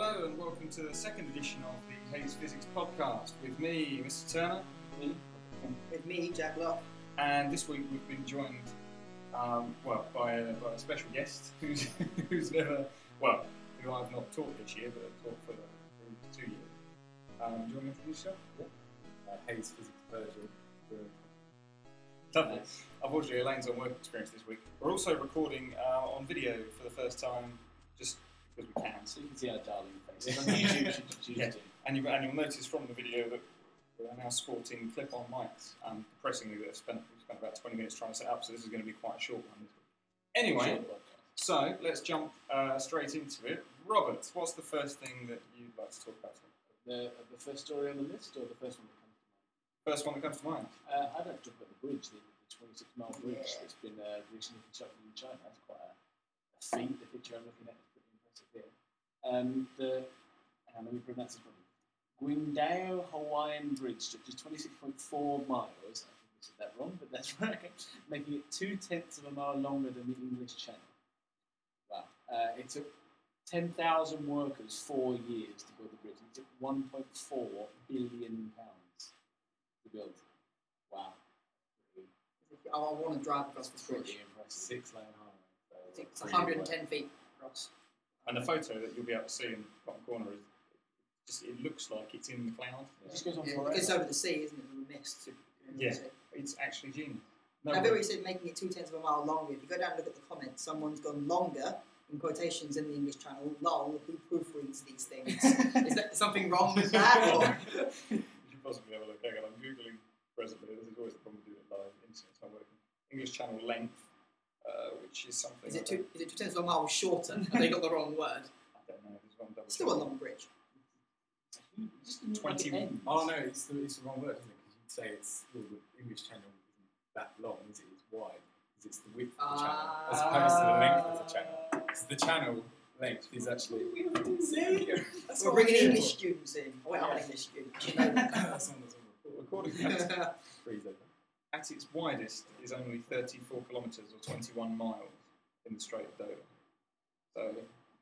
welcome to the second edition of the Hayes Physics Podcast with me, Mr. Turner. Me. With me, Jack Locke. And this week we've been joined, um, well, by a, by a special guest who's, who's never, well, who I've not taught this year, but I've taught for the, for two years. Um, do you want to introduce yourself? uh, Hayes Physics Virgil. Lovely. Unfortunately, Elaine's on work experience this week. We're also recording uh, on video for the first time, just because we can. So you can see our darling faces on YouTube should you choose Yeah. to. And, you, and you'll notice from the video that we are now sporting clip-on mics. Um, depressingly, we've spent, we've spent about 20 minutes trying to set up, so this is going to be quite a short one. this week. Anyway, Short podcast. so let's jump uh, straight into it. Robert, what's the first thing that you'd like to talk about? today? The, the first story on the list or the first one that comes to mind? First one that comes to mind. Uh, I'd have to talk about the bridge, the, the 26 mile bridge that's been uh, recently constructed in China. That's quite a, a feat. The picture I'm looking at is pretty impressive here. Um, the, hang on, let me pronounce this one. Guindao Hawaiian Bridge stretch is 26.4 miles. I think I said that wrong, but that's right. Making it two tenths of a mile longer than the English Channel. Wow. Uh, it took 10,000 workers four years to build the bridge. It took 1.4 billion pounds to build. Wow. Pretty, Oh, I want to drive across this bridge. pretty impressive. Six lane highway. It's 110 feet across. And the photo that you'll be able to see in the bottom corner is just, it looks like it's in the cloud. It just goes on Yeah, forever. it's over the sea, isn't it? The mist. Yeah. It's actually genius. No, I bet we said making it two tenths of a mile longer. If you go down and look at the comments, someone's gone longer in quotations in the English Channel. Lol, who proofreads these things? Is there something wrong with that? Or? You should possibly have a look. Hang on, I'm googling presently. This is always the problem with doing it live. Internet's not working. English channel length, uh, which is something. Is it I don't- two? Is it two tenths of a mile shorter? Have they got the wrong word? I don't know. There's one double. It's still a long bridge. just didn't look like 20 Mm, it ends. Oh no, it's the, it's the wrong word, isn't it? 'Cause you'd say it's well, the English Channel isn't that long, is it? It's wide, because it's the width of the Ah. channel as opposed to the length of the channel. Because the channel length is actually. That's We're what bringing I'm here English for. students in. Oh, wait, I'm an Yeah. English student. That's on the Well, According at, No. freezer. at its widest is only 34 kilometres or 21 miles in the Strait of Dover. So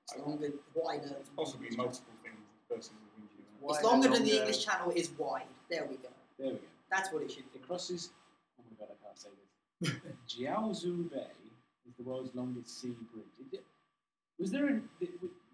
It's longer, wider. possibly multiple things the person is thinking about. Wider, it's longer than the longer. English Channel is wide. There we go. There we go. That's what it should be. It crosses. Oh my god, I can't say this. Jiaozhu Bay is the world's longest sea bridge. Is it, was there a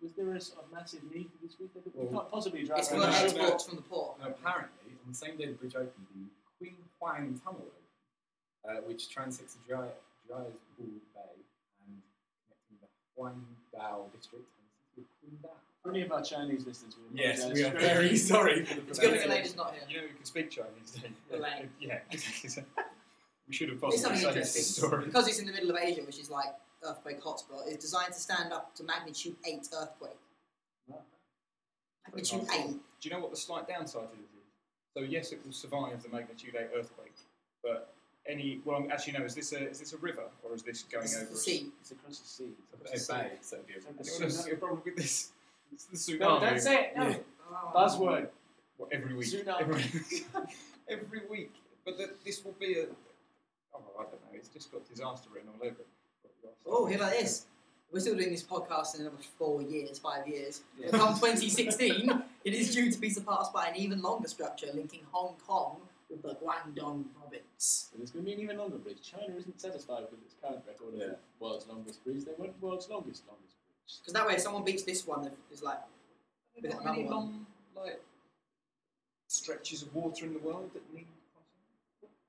was there a sort of massive need for this bridge? We Well, can't possibly drive It's for around. no, no. that. exports from the port. And apparently, on the same day the bridge opened, the Queen Huang Tunnel opened, uh, which transects the Jia- Jiaozhu Bay and connecting the Huangdao district and the city of Qingdao. For any of our Chinese listeners, we Yes, apologise. we are It's great. very sorry for the It's good pronunciation. that Elena's not here. You know, you can speak Chinese. don't you? Elaine. Yeah, exactly. So we should have It's possibly something said this interesting. story. Because it's in the middle of Asia, which is like earthquake hotspot, it's designed to stand up to magnitude 8 earthquake. Wow. Magnitude Very 8. Do you know what the slight downside is? So yes, it will survive the magnitude eight earthquake, but any well, actually no. Is this a is this a river or is this going This is over? the sea. It's across the sea. A Oh, bay, so it'd be a- A, anyone else see a problem with this? It's the tsunami. No, don't say it. No. Yeah. Buzzword. Well, every week. Tsunami. Every, every week. But the, this will be a. Oh, I don't know. It's just got disaster written all over it. Oh, here like this. We're still doing this podcast in another four years, five years. Yeah. Come 2016, it is due to be surpassed by an even longer structure linking Hong Kong with the Guangdong province. So there's going to be an even longer bridge. China isn't satisfied with its current record of Yeah. the world's longest bridge. They want world's longest longest bridge. Because that way, if someone beats this one, it's like, Are there We've not got many another one. long like stretches of water in the world that need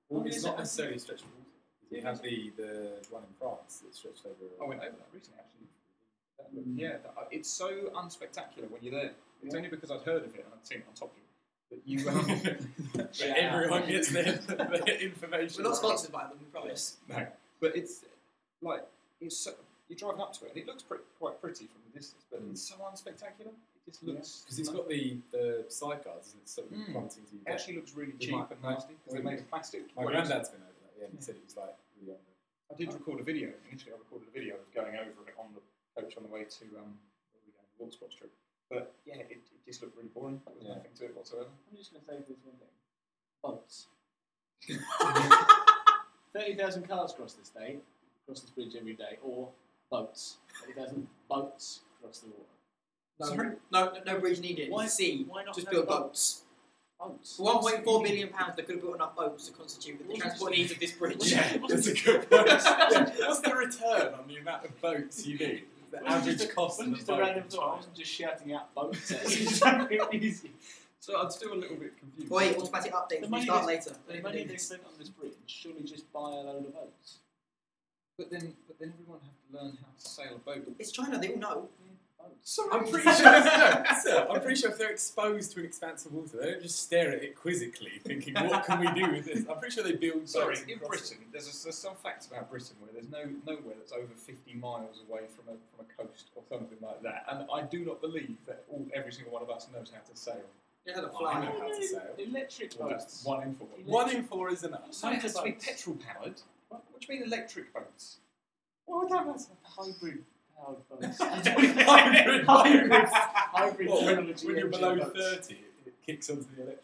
Well, Oh, it's is not it? necessarily stretched water. You have the, the one in France that stretched over. I Oh, went over that recently, actually. That looked- Yeah, that, uh, it's so unspectacular when you're there. It's Yeah. only because I'd heard of it and I'd seen it on top of you. But you, um, But everyone gets their, their information. we're not sponsored by them, we promise. no, but it's like it's so, you're driving up to it and it looks pretty, quite pretty from the distance, but it's so unspectacular. It just Yeah. looks Because it's got the, the side guards, isn't it? So you Hmm. Mm. can't seem to it actually looks really With cheap my- and nasty because they're made of plastic. My Well, granddad's been over that, yeah, and Hmm. Yeah. he said it was like really under. I did record a video. Initially, I recorded a video of going over it on the coach on the way to um, where we going, the Water Sports trip. But yeah, it, it just looked really boring. There was Yeah. nothing to it whatsoever. I'm just going to say this one thing. Boats. 30,000 cars cross this day, cross this bridge every day, or boats. 30,000 boats cross the water. No, Sorry? no, no bridge needed. Why- C. why not just no build boat? boats. Boats. For 1.4 billion pounds, they could have built enough boats to constitute the Wasn't- transport needs of this bridge. Yeah, that's a good point. What's the return on the amount of boats you need? The Wasn't average just a- cost wasn't of just a a boat. random thought. I wasn't just shouting out boats. at it. So I'm still a little bit confused. Wait, automatic The updates will money start is- later. the money they spent on this bridge surely just buy a load of boats. But then, but then everyone have to learn how to sail a boat. It's China, they all know. Boats. Sorry, I'm pretty sure. no, sir, I'm pretty sure if they're exposed to an expanse of water, they don't just stare at it quizzically, thinking, "What can we do with this?" I'm pretty sure they build. Sorry, boats in across it. Britain, there's, a, there's some facts about Britain where there's no nowhere that's over 50 miles away from a, from a coast or something like that. And I do not believe that all, every single one of us knows how to sail. They had a I fly. know how to sail. Electric Well, that's boats. one in four. One in four is enough. So it has to be boats. petrol powered. What, what do you mean electric boats? What would that be? Hybrid powered boats. Hybrid. Hybrid. Ah, Hybrid Well, when, technology when you're engine below boats. 30, it kicks onto the electric.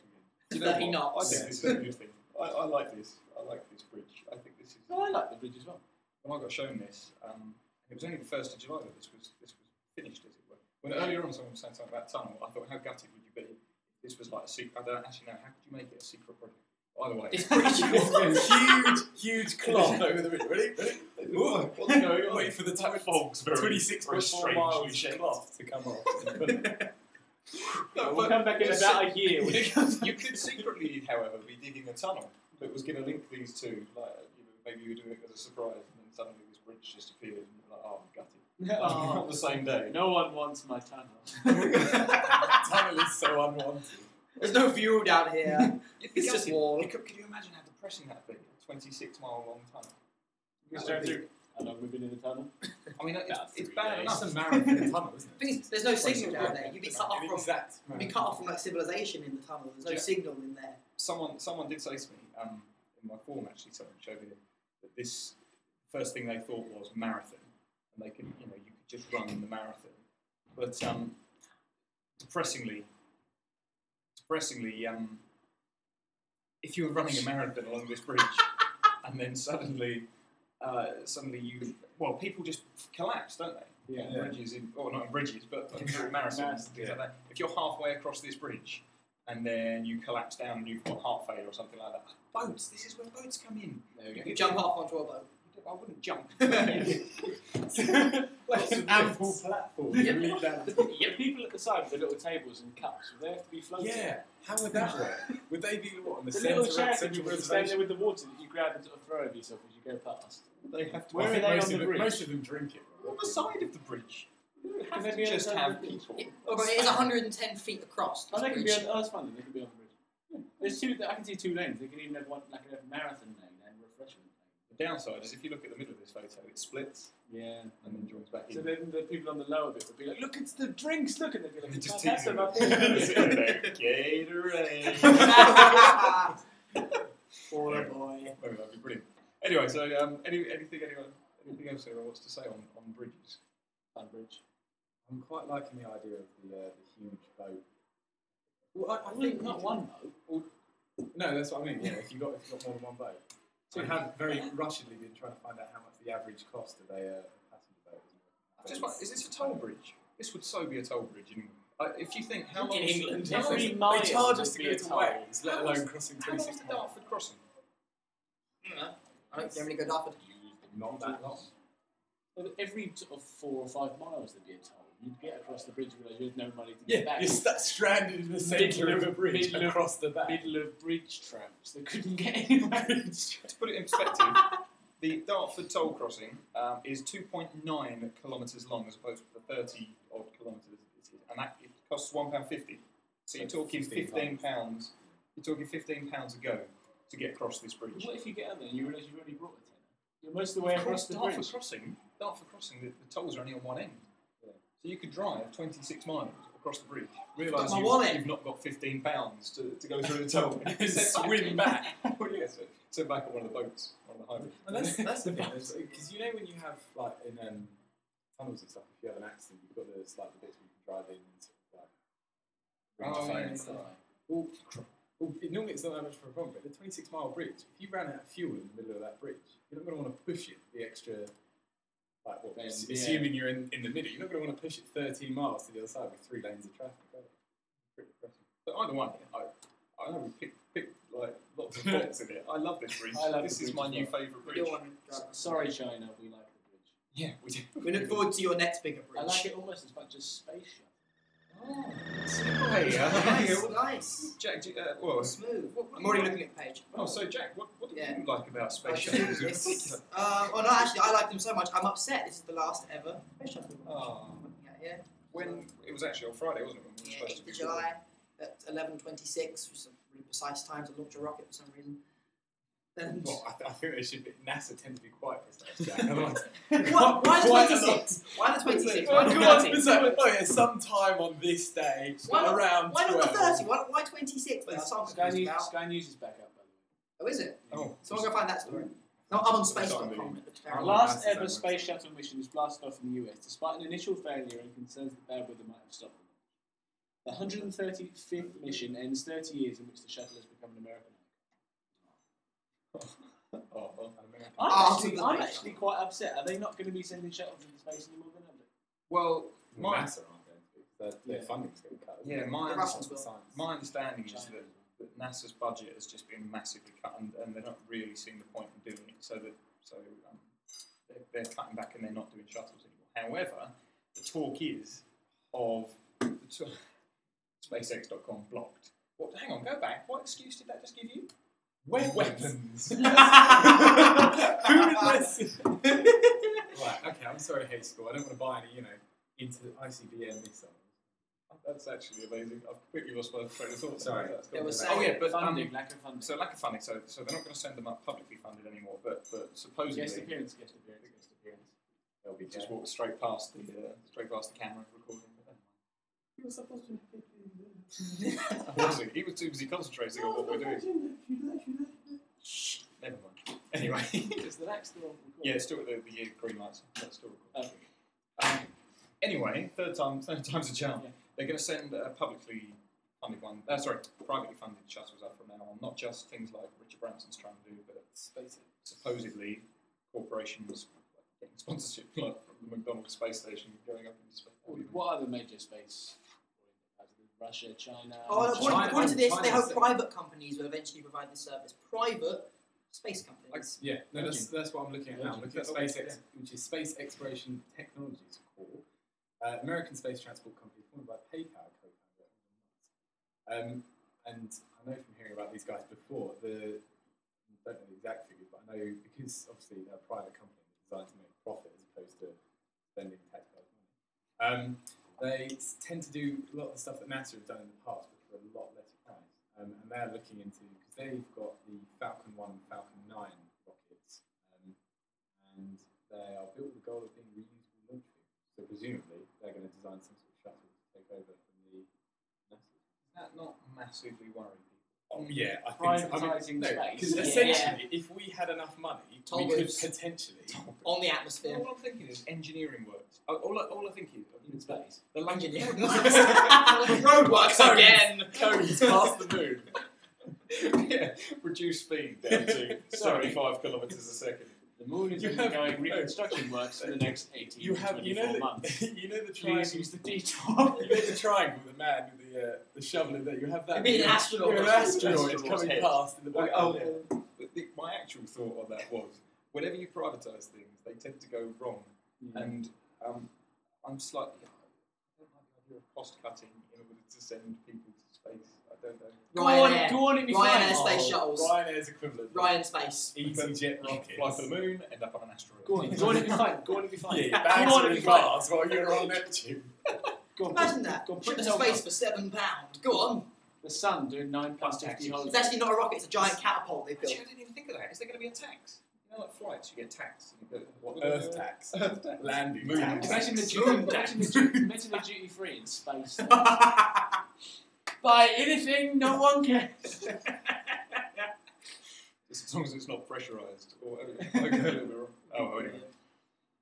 Do you know 30 what? knots. I think this is a good thing. I, I like this. I like this bridge. I think this is. No, I like the bridge as well. when I got shown this, um, it was only the first of July that this was this was finished, as it were. When earlier on someone was saying something about tunnel, I thought, how gutted would you be? if This was like a secret. I don't actually know how could you make it a secret project. Either way, It's pretty huge, huge cloth over the bridge. Ready? Ready? Ooh. What's going on? Wait for the type fogs Twenty-six point four miles cloth to come off. No, we'll but come back in it's- about a year. with- you could secretly, however, be digging a tunnel that was going to link these two. Like, you know, maybe you were doing it as a surprise, and then suddenly this bridge just appeared, and you're like, oh, I'm gutted. Oh, On the same day. no one wants my tunnel. Tunnel is so unwanted. There's no fuel down here. it's just wall. Could, could you imagine how depressing that would be? A 26 mile long tunnel. Just That would going through. How long we've been in the tunnel? I mean, it's, About it's three bad days. enough. That's a marathon tunnel, isn't The it? thing is, there's no signal down there. You'd be cut off An from exact you'd be cut off from like civilization in the tunnel. There's no Yeah. signal in there. Someone, someone did say to me um, in my form actually. Someone showed me that this first thing they thought was marathon, and they could, you know, you could just run the marathon. But um, depressingly, depressingly, um, if you were running a marathon along this bridge, and then suddenly, uh, suddenament you, well, people just collapse, don't they? Yeah. in bridges, in, or not in bridges, but Yeah. through marathons Marathons, and things like that. If you're halfway across this bridge and then you collapse down and you've got heart failure or something like that, boats, this is where boats come in. There we You jump off onto a boat. I wouldn't jump. Lots of ample platform. Yeah. You leap down. go. The people at the side with the little tables and cups, would they have to be floating? Yeah, how would that work? Would they be what on the, The centre little of chair that central you stand there reservation? with the water that you grab and sort of throw over yourself as you go past. they have to Where I are think they on most of the them- bridge? Most of them drink it. on the side of the bridge. You Can have they to be on the just side have of the bridge? people. It, oh, but it is 110 feet across. Oh, This they could be bridge. on. Oh, that's fun. They could be on the bridge. There's two. I can see two lanes. They could even have one like a marathon lane and refreshment The downside is if you look at the middle of this photo, it splits lane. Yeah. and then joins back in. So then the people on the lower bit would be like, "Look, it's the drinks. Look," and they'd be like, Just "Oh, teasing "That's them. about it." Gatorade. Poor boy. Maybe that'd be brilliant. Anyway, so um, any, anything anyone anything else anyone wants to say on, on bridges? Fun bridge. I'm quite liking the idea of the, uh, the huge boat. Well, I, I think not one though. No, that's what I mean. Yeah, if you got if you got more than one boat, so we have very rushedly been trying to find out how much the average cost of a uh, passenger boat is. I just want, is this a toll bridge? This would so be a toll bridge in England. Uh, if you think how In long England, how long every is- mile They charge us would to be go a to toll. Wales, let How alone long's- crossing how long is 26 the miles. Dartford crossing? I don't generally go Dartford. Not that long. But Every sort of four or five miles, there'd be a toll. You'd get across the bridge and realise you had no money to get Yeah, back. you're st- stranded in the centre of a bridge middle of- across the back. Middle of bridge tramps that couldn't get anywhere. To put it in perspective, the Dartford toll crossing um, is 2.9 kilometres long as opposed to the 30 odd kilometres it is, and that it costs £1.50. So you're So talking 15 £15. Pounds. You're talking £15 pounds a go to get across this bridge. what if you get out there and you realise you've already brought a tenner? You're most of the way Of course, across the Dartford bridge. Crossing, Dartford Crossing, the, the tolls are only on one end. Yeah. So you could drive 26 miles across the bridge, Got realise my you've, wallet. you've not got 15 pounds to, to go through the toll, and then Send swim back. back. well, yeah, so, so back at one of the boats, one of the hybrids. And that's, that's the thing, because you know when you have like in um, tunnels and stuff, if you have an accident, you've got those like the bits where you can drive in and sort of like ring Oh, the phone yeah, yeah. and stuff. Well, cr- well, it- normally it's not that much of a problem, but the 26 mile bridge, if you ran out of fuel in the middle of that bridge, you're not going to want to push it the extra Like, well, Then, s- yeah. assuming you're in, in the middle, you're not going to want to push it 13 miles to the other side with three lanes of traffic. Are you? Pretty depressing. But either one, I, I know we picked, picked like lots of faults in it. I love this bridge. I love this the is bridge my as new well. favourite We bridge. don't want to drive. Sorry, China, we like the bridge. Yeah, we do. We look forward to your next bigger bridge. I like it almost as much as Space Shuttle. Oh, Hey, uh, hey, nice. uh, nice. Jack, do- uh, well, s- Smooth. I'm already looking at the page. oh, so Jack, what, what do Yeah. you like about space I shuttles just- in it's- particular? uh, well, no, actually, I like them so much. I'm upset. This is the last ever space shuttle. Oh, I'm looking at, yeah. when it was actually on Friday, wasn't it? When we Yeah, were supposed to 8th be of July at 11:26, which is a really precise time to launch a rocket for some reason. And Well, I, th- I think they should be. NASA tend to be quite precise, Jack. Otherwise, What? Why the Quite a 26? Why the 26? Why Oh, not come on, 30? it's like, oh yeah, sometime on this day, Why not- around Why not the 12. 30? Why, why 26? There's something Sky confused News, about. Sky News is back up, by the Oh, is it? Oh, Someone go find that story. No, I'm on space.com. Sorry, It looks way. Oh, terrible. Last that's the ever same Space Shuttle mission was blasted off in the US, despite an initial failure and concerns that bad weather might have stopped them. The 135th mission ends 30 years in which the shuttle has become an American. Oh, well, America. I'm, Ah, actually, to the I'm space actually quite upset. Are they not going to be sending shuttles into space anymore? Then, are they? Well, Well, my, NASA aren't going to. Their, their Yeah. funding's going to cut. isn't yeah, it? my, The Russians will. understanding- my understanding is China. that, that NASA's budget has just been massively cut, and, and they're not really seeing the point in doing it. So that so um, they're, they're cutting back and they're not doing shuttles anymore. However, the talk is of the t- SpaceX.com blocked. What? Hang on, go back. What excuse did that just give you? Web weapons. Right, okay, I'm sorry, Hey School. I don't want to buy any, you know, into the ICBM missiles. That's actually amazing. I've completely lost my train of thought. Sorry. That's They were gone. saying- oh, yeah, but funding, um, lack of funding. so lack of funding. So, so they're not going to send them up publicly funded anymore, but, but supposedly guest appearance, guest appearance, guest appearance. they'll be just walk straight past the uh, straight past the camera recording. You were supposed to pick Wasn't he? He was too busy concentrating on what we're doing. Never mind. Anyway. Does the next door record? Yeah, it's still the, the year green lights. That's still recorded. Okay. Um, anyway, third time, third time's a charm. Yeah. They're going to send uh, publicly funded one. Uh, sorry, privately funded shuttles up from now on. Not just things like Richard Branson's trying to do, but Space. supposedly corporations getting sponsorship like from the McDonald's space station going up into space. Oh, What other major space? Russia, China. Oh, no, according, China- according to this, they China's hope saying- private companies will eventually provide this service. Private space companies. yeah, no, that's- that's what I'm looking at now. I'm looking at SpaceX, which is Space Exploration Technologies Corp. Uh, American space transport company formed by PayPal co-founder Elon Musk. Um, and I know from hearing about these guys before, the I don't know the exact figures, but I know because obviously they're a private company designed to make profit as opposed to spending taxpayers' money. Um, they s- tend to do a lot of the stuff that NASA have done in the past, but for a lot less price. Um, and they're looking into because they've got the Falcon One and Falcon Nine rockets, um, and they are built with the goal of being reusable launch vehicles. So presumably they're going to design some sort of shuttle to take over from the NASA. that not massively worrying people? Oh yeah, I think so. I Privatising mean, no, space. because Yeah. essentially, if we had enough money, we could Tollways. potentially. Oh, On the atmosphere. All I'm thinking is engineering works. All, all, I, all I think is In space. the Engineering. Cones. Roadworks again. cones past the moon. yeah, reduce speed down to Sorry. 75 kilometres a second. The moon is You have- undergoing reconstruction works for the next 18 You to have, you 24 know, months. the, you know the Please triangle. use the detour. You know the triangle, the man with the uh, the shovel in there. You have that. It'd be an you're- astronaut. You're an astronaut coming head. past in the Like, background. oh, but the, my actual thought on that was whenever you privatise things, they tend to go wrong. And um, I'm slightly. I don't like the idea of cost cutting in order to send people to space. I don't know. Go on, Ryanair. go on, it'd be Ryanair fine. space shuttles. Ryanair's equivalent. Ryan space. EasyJet Fly to the rockets. moon, end up on an asteroid. Go on, go on, it'd be fine. Go on, it'd be Yeah, fine. your go bags on, are it'd be in fine. Mars while you're on Neptune. Go on, Imagine that. Go on, Trip put to yourself space up. for seven pounds. Go on. The sun doing 9 plus 50 Taxis. holes. It's actually not a rocket. It's a giant catapult they built. Actually, I didn't even think of that. Is there going to be a tax? You know, like flights, you get taxed. You go, what, Earth tax. Earth tax. Landing Moon tax. Imagine the duty, Moon imagine the tax. duty, imagine the duty free in space. Buy anything, no one cares. As long as it's not pressurised. Or, I go a little bit wrong. Oh, anyway.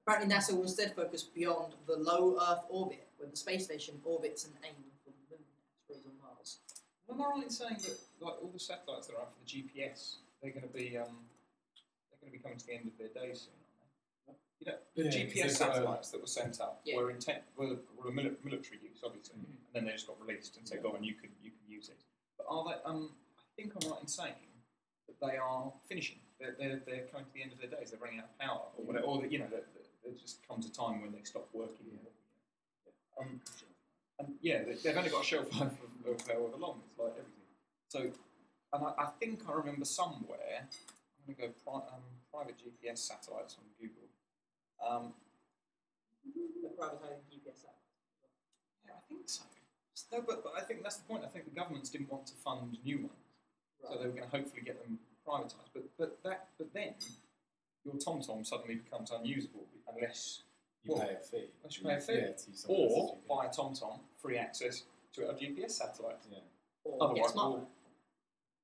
Apparently, NASA will instead focus beyond the low Earth orbit, where the space station orbits and aim for the moon, asteroids, and Mars. Am I right in saying that like all the satellites that are out for the GPS, they're going to be um, they're going to be coming to the end of their day soon, aren't they? The Yeah, 'cause GPS they've got a- uh, satellites that were sent up Yeah. were intent were, were mili- military use, obviously, Mm-hmm. and then they just got released and said, "Go on, you can you can use it." But are they? Um, I think I'm right in saying that they are finishing. They're, they're, they're coming to the end of their days. They're running out of power, or whatever. Or that you know, that that- there just comes a time when they stop working. Um, and yeah, they- they've only got a shelf life of, of however long. It's like everything. So, and I, I think I remember somewhere. I'm going to go pri- um, private GPS satellites on Google. Um, privatizing GPS app. yeah, I think so. S- No, but, but I think that's the point. I think the governments didn't want to fund new ones, so they were going to hopefully get them privatised. But but that but then your TomTom suddenly becomes unusable unless You Well, pay a fee. unless you pay a fee, Yeah, to use someone else's or GPS. buy a TomTom free access to a GPS satellite. Yeah. Or Otherwise, get smart. we'll-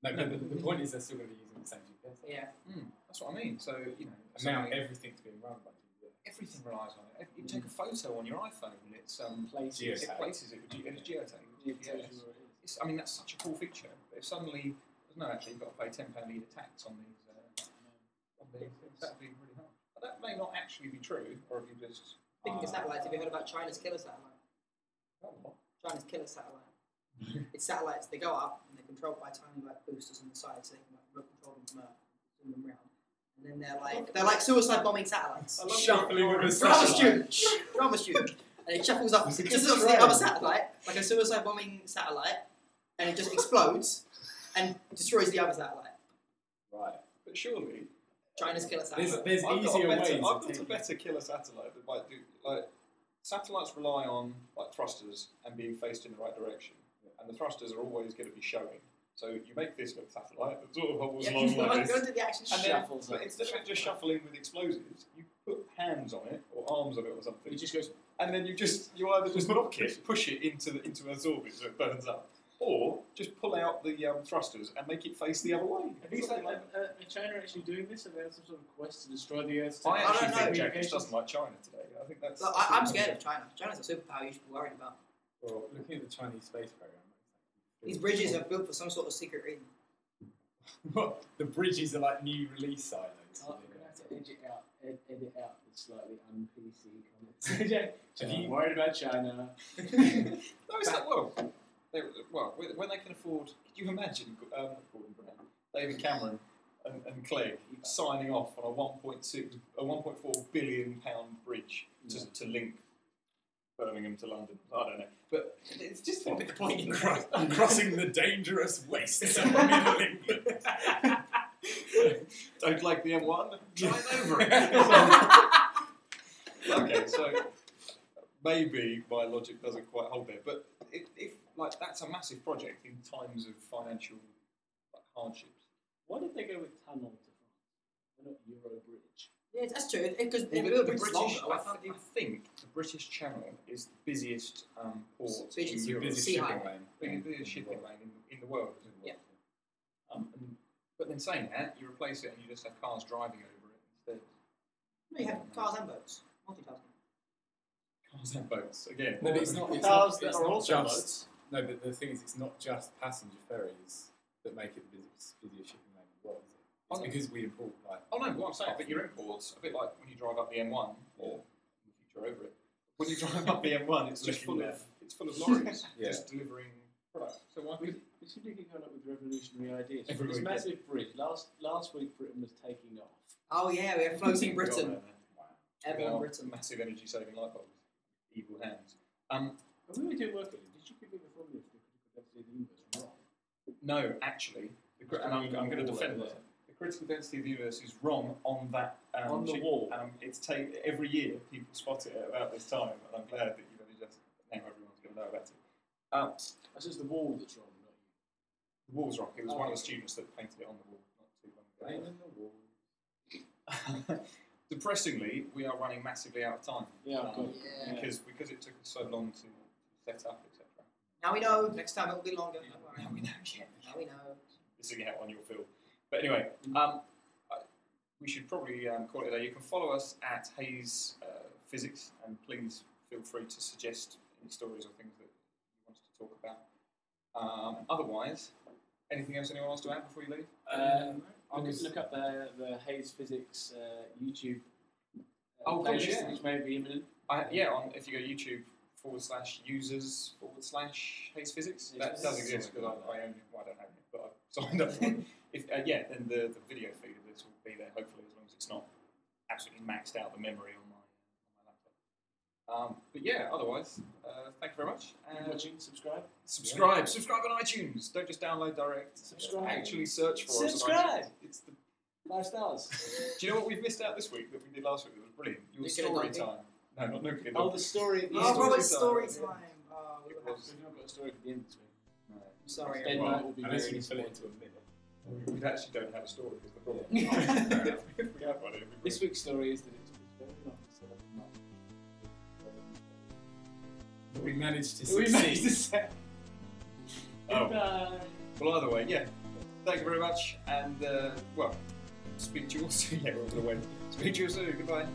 No, but the, the point is they're still going to be using the same GPS. Yeah. mm, that's what I mean. So you know, And now suddenly everything's being run by GPS. everything relies on it. If You take a photo on your iPhone and it's um, Places. it places it with G- it's geotag. Yeah. GPS. It's, I mean, that's such a cool feature. But if suddenly, no, actually, you've got to pay ten pound a year tax on these. Uh, on these things. That'd be really hard. But that may not actually be true, or if you just Speaking of satellites, have you heard about China's killer satellite? oh, what? China's killer satellite. it's satellites, they go up and they're controlled by tiny like boosters on the side so they can like remote control them from Earth, zoom them around. And then they're like they're like suicide bombing satellites. I love Shuffling with a Drama satellite. student! Shh, Drama student. And it shuffles up just as the other satellite, like a suicide bombing satellite, and it just explodes and destroys the other satellite. Right. But surely, China's killer There's, satellite. there's I've got a easier ways. better, I've of got a taking- better killer satellite that might do like satellites rely on like thrusters and being faced in the right direction, and the thrusters are always going to be showing. So you make this look satellite that sort of hobbles Yeah, along like like, this. go to the action And then, Shuffles but up. instead of it just shuffling with explosives, you put hands on it or arms on it or something, It just goes. and then you just you either just knock it, push it into the, into Earth's orbit so it burns up, or just pull out the um, thrusters and make it face the other way. Have you seen, uh, uh, China actually doing this? Are they on some sort of quest to destroy the Earth? I actually don't know. think Jack just doesn't like China today. I think that's. Look, I, I'm scared of China. China's a superpower you should be worried about. Well, looking at the Chinese space program. These bridges are built for some sort of secret reason. What? the bridges are like new release silos. Oh, we're gonna have to edit out, ed- edit out the slightly un-PC comments. Jack, Have you worried about China? No, it's not. Well, they, well, when- when they can afford, could you imagine um, Gordon Brown, David Cameron, and, and Clegg signing off on a 1.2, a 1.4 billion pound bridge to, Yeah. to link Birmingham to London? I don't know, but it's just a bit of point in Cro- crossing the dangerous wastes of Middle England. Don't like the M1? Drive over it. okay, so maybe my logic doesn't quite hold there, but if, if like that's a massive project in times of financial like, hardships. Why did they go with tunnel to France? Why not Euro Bridge? Yeah, that's true. Because Well, they the, build the bridges British, longer. I, I can't th- I think the British Channel is the busiest um, port Biggest- in It's the Europe, busiest Sea shipping highway. lane. the biggest shipping lane in, in the world. Yeah. Um, and, but then saying that, you replace it and you just have cars driving over it instead. No, you have cars and boats. Multitasking. Cars and boats again. No, but it's not. It's Cars not, that it's are not also just, boats. No, but the thing is, it's not just passenger ferries that make it the busiest, busiest shipping lane in the world. Is it? It's Oh, no. because we import like Oh no, what I'm saying, but your imports, a bit like when you drive up the M1 or in the future over it. When you drive up the M1, it's just Looking full of left. it's full of lorries Yeah. just delivering products. So why We, could we should be coming up with revolutionary ideas. Every this week, massive bridge. Last last week, Britain was taking off. Oh yeah, we have floating Britain. wow. Everyone Without Britain. massive energy saving light bulbs, evil hands? Um, And we were doing work on it. Did you give me the formula for the critical density of the universe wrong? no, actually, the, cri- and I'm, I'm going to defend this. The critical density of the universe is wrong on that um, On the sheet. wall. Um, it's ta- every year people spot it at about this time, and I'm glad that you've only just now everyone's going to know about it. Um, That's just the wall that's wrong, not you. the wall's wrong. It was Oh. one of the students that painted it on the wall not too long ago. Rain on the wall. Depressingly, we are running massively out of time. Yeah, I've got um, it. Yeah. because because it took us so long to set up, etc. Now we know. Next time it will be longer. Don't worry. Now we know, yeah. Now we know. Missing out on your film. But anyway, um, I- we should probably um, call it there. You can follow us at Hayes uh, Physics, and please feel free to suggest any stories or things that you want us to talk about. Um, otherwise, anything else anyone wants to add before you leave? Um, I'll Because- just look up the, the Hayes Physics uh, YouTube Oh, playlist, yeah. which may be imminent. I, yeah, on, if you go YouTube forward slash users forward slash Haze Physics, that Yes. does exist because I, I own it. Well, I don't have it, but I've signed up for it. If, uh, yeah, then the, the video feed of this will be there, hopefully, as long as it's not absolutely maxed out the memory on my, on my laptop. Um, but yeah, otherwise, uh, thank you very much. Keep And watching, subscribe. subscribe. Subscribe on iTunes. Don't just download direct. Subscribe. Actually search for us. on Subscribe. iTunes. It's the Five stars. do you know what we've missed out this week that we did last week that was brilliant? Your Nuclear story Dumping? time. No, not nuclear. oh, Dumping. the story. Yeah. Oh, Story Robert's time. story Yeah. time. Oh, we It were was- happy. We've not got a story at the end this week. I'm sorry. Dead Well, Knight will be unless very you can fill it disappointed. into a minute. We actually don't have a story. Is the problem. Yeah. Fair enough. If we had one, it'd be This brilliant. week's story is that it's it's very long, so that's not. We managed to We succeed. managed to say. Oh. Goodbye. Well, either way, yeah. Thank you very much, and uh, well, speak to you all soon. Yeah, we're all away. Speak to you all soon. Goodbye.